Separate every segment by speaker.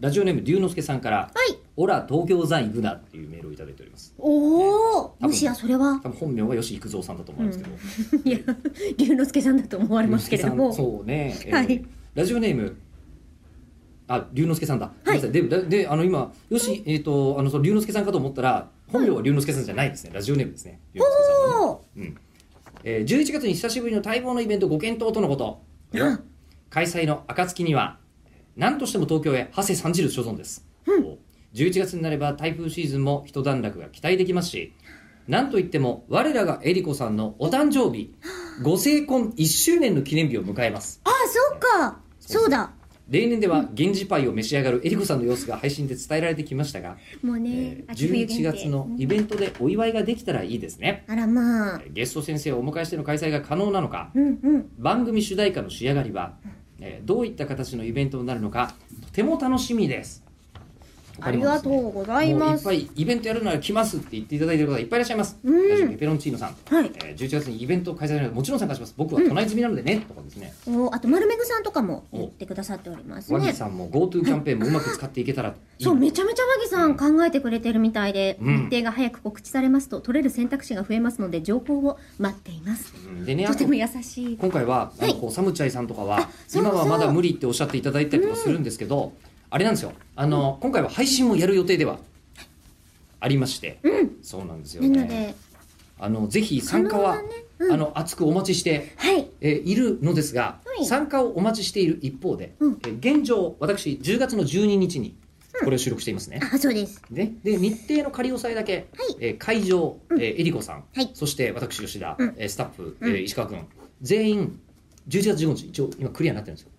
Speaker 1: ラジオネーム龍之介さんから
Speaker 2: はい
Speaker 1: 「オラ東京在行くな」っていうメールをいただいております
Speaker 2: おお
Speaker 1: 多分
Speaker 2: もしやそ れは
Speaker 1: 多分本名が吉幾三さんだと思うんですけど、
Speaker 2: いや龍之介さんだと思われますけれども
Speaker 1: 龍之介さんそうね、えー
Speaker 2: はい
Speaker 1: ラジオネームあ龍之介さんだ、
Speaker 2: は
Speaker 1: ごめん
Speaker 2: い
Speaker 1: なさいでであの今よし、えっ、とあのその龍之介さんかと思ったら本名は龍之介さんじゃないですね、ラジオネームですね龍之介さんはね
Speaker 2: おお
Speaker 1: うんえー、11月に久しぶりの待望のイベントご検討とのこと
Speaker 2: あ
Speaker 1: 開催の暁には何としても東京へ長谷三汁所存です、お11月になれば台風シーズンも一段落が期待できますし何といっても我らがえりこさんのお誕生 日ご成婚1周年の記念日を迎えます
Speaker 2: あそうかそうだ
Speaker 1: 例年では源氏パイを召し上がるえりこさんの様子が配信で伝えられてきましたが、
Speaker 2: もうね
Speaker 1: えー
Speaker 2: 秋冬限
Speaker 1: 11
Speaker 2: 定
Speaker 1: 月のイベントでお祝いができたらいいですね
Speaker 2: あらまあ
Speaker 1: ゲスト先生をお迎えしての開催が可能なのか
Speaker 2: うんうん
Speaker 1: 番組主題歌の仕上がりは、えーどういった形のイベントになるのかとても楽しみです
Speaker 2: ありがとうござ
Speaker 1: も
Speaker 2: い
Speaker 1: うい
Speaker 2: ま
Speaker 1: っ
Speaker 2: す
Speaker 1: ぱいイベントやるなら来ますって言っていただいてる方がいっぱいいらっしゃいます、
Speaker 2: うん
Speaker 1: ラジオペペロンチーノさん、
Speaker 2: はい
Speaker 1: えー11月にイベントを開催されるのでもちろん参加します僕は都内済みなのでね、とかですね
Speaker 2: おあと丸めぐさんとかも言ってくださっております
Speaker 1: ワニ
Speaker 2: ね
Speaker 1: さんも GoTo キャンペーンもうまく使っていけたらいい
Speaker 2: そうめちゃめちゃ和木さん考えてくれてるみたいで、
Speaker 1: うん
Speaker 2: 日程が早く告知されますと取れる選択肢が増えますので情報を待っています
Speaker 1: うんでねあ
Speaker 2: と
Speaker 1: と
Speaker 2: ても優しい
Speaker 1: 今回はあの
Speaker 2: はい
Speaker 1: こうサムチャイさんとかは
Speaker 2: あそうそ
Speaker 1: 今
Speaker 2: う
Speaker 1: はまだ無理っておっしゃっていただいたりとかするんですけど、あれなんですよあの、今回は配信もやる予定ではありまして、
Speaker 2: うん
Speaker 1: そうなんですよ
Speaker 2: なの
Speaker 1: ね
Speaker 2: で
Speaker 1: あのぜひ参加は、
Speaker 2: 可能だねうん
Speaker 1: あの熱くお待ちして、
Speaker 2: はい
Speaker 1: えーいるのですが、
Speaker 2: はい
Speaker 1: 参加をお待ちしている一方で、
Speaker 2: うん
Speaker 1: えー現状私10月の12日にこれを収録していますね、
Speaker 2: あそうです
Speaker 1: ね、で日程の仮押さえだけ、
Speaker 2: はい
Speaker 1: えー会場、えーえりこさん、
Speaker 2: はい
Speaker 1: そして私吉田、
Speaker 2: うん
Speaker 1: えースタッフ、え
Speaker 2: うん
Speaker 1: ー石川君全員11月15日一応今クリアになってるんですよ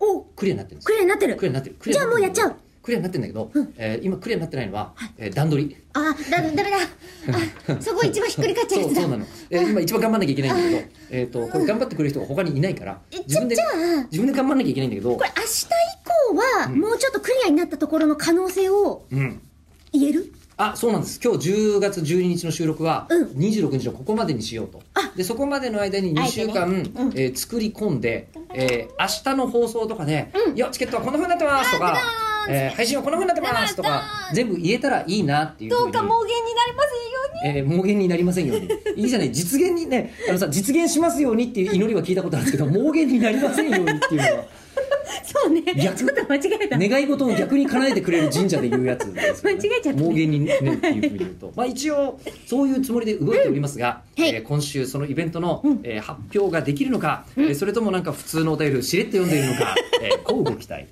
Speaker 2: お
Speaker 1: クリアになってるんです
Speaker 2: ク
Speaker 1: よ
Speaker 2: リアになってる
Speaker 1: クリアになってるクリ
Speaker 2: じ
Speaker 1: ア
Speaker 2: ゃあ
Speaker 1: に
Speaker 2: も
Speaker 1: な
Speaker 2: う
Speaker 1: て
Speaker 2: や
Speaker 1: る
Speaker 2: っちゃう
Speaker 1: クリアになってるんだけど、えー今クリアになってないのは、えー段取り
Speaker 2: あだだめだ あそこ一番ひっくり返っちゃ
Speaker 1: そ
Speaker 2: うや
Speaker 1: う
Speaker 2: つだ
Speaker 1: そうなの、えー今一番頑張んなきゃいけないんだけどえーとこれ頑張ってくれる人が他にいないから
Speaker 2: え
Speaker 1: 自分で
Speaker 2: じゃあ
Speaker 1: 自分で頑張んなきゃいけないんだけど
Speaker 2: これ明日以降はもうちょっとクリアになったところの可能性を
Speaker 1: うん
Speaker 2: 言える
Speaker 1: あそうなんです今日10月12日の収録は
Speaker 2: うん
Speaker 1: 26日のここまでにしようと、でそこまでの間に2週間、えー作り込んで、えー明日の放送とかで「いやチケットはこんなふうになってます」とか「えー配信はこんなふうになってます」とか全部言えたらいいなっていうふうに
Speaker 2: 言になりませんように
Speaker 1: えー、妄言になりません ようにいいじゃない実現にねあのさ実現しますようにっていう祈りは聞いたことあるんですけ ど妄言になりませんようにっていうのは
Speaker 2: そうね
Speaker 1: 逆
Speaker 2: ちょっと間違えた
Speaker 1: 願い事を逆に叶えてくれる神社で言うやつですよね、
Speaker 2: 間違えちゃったね
Speaker 1: 妄言にねっていうふうに言う とまあ一応そういうつもりで動いておりますが、
Speaker 2: うんはい
Speaker 1: えー今週そのイベントの、えー発表ができるのか、えーそれともなんか普通のお便りをしれっと読んでいるのか、えー、こうご期待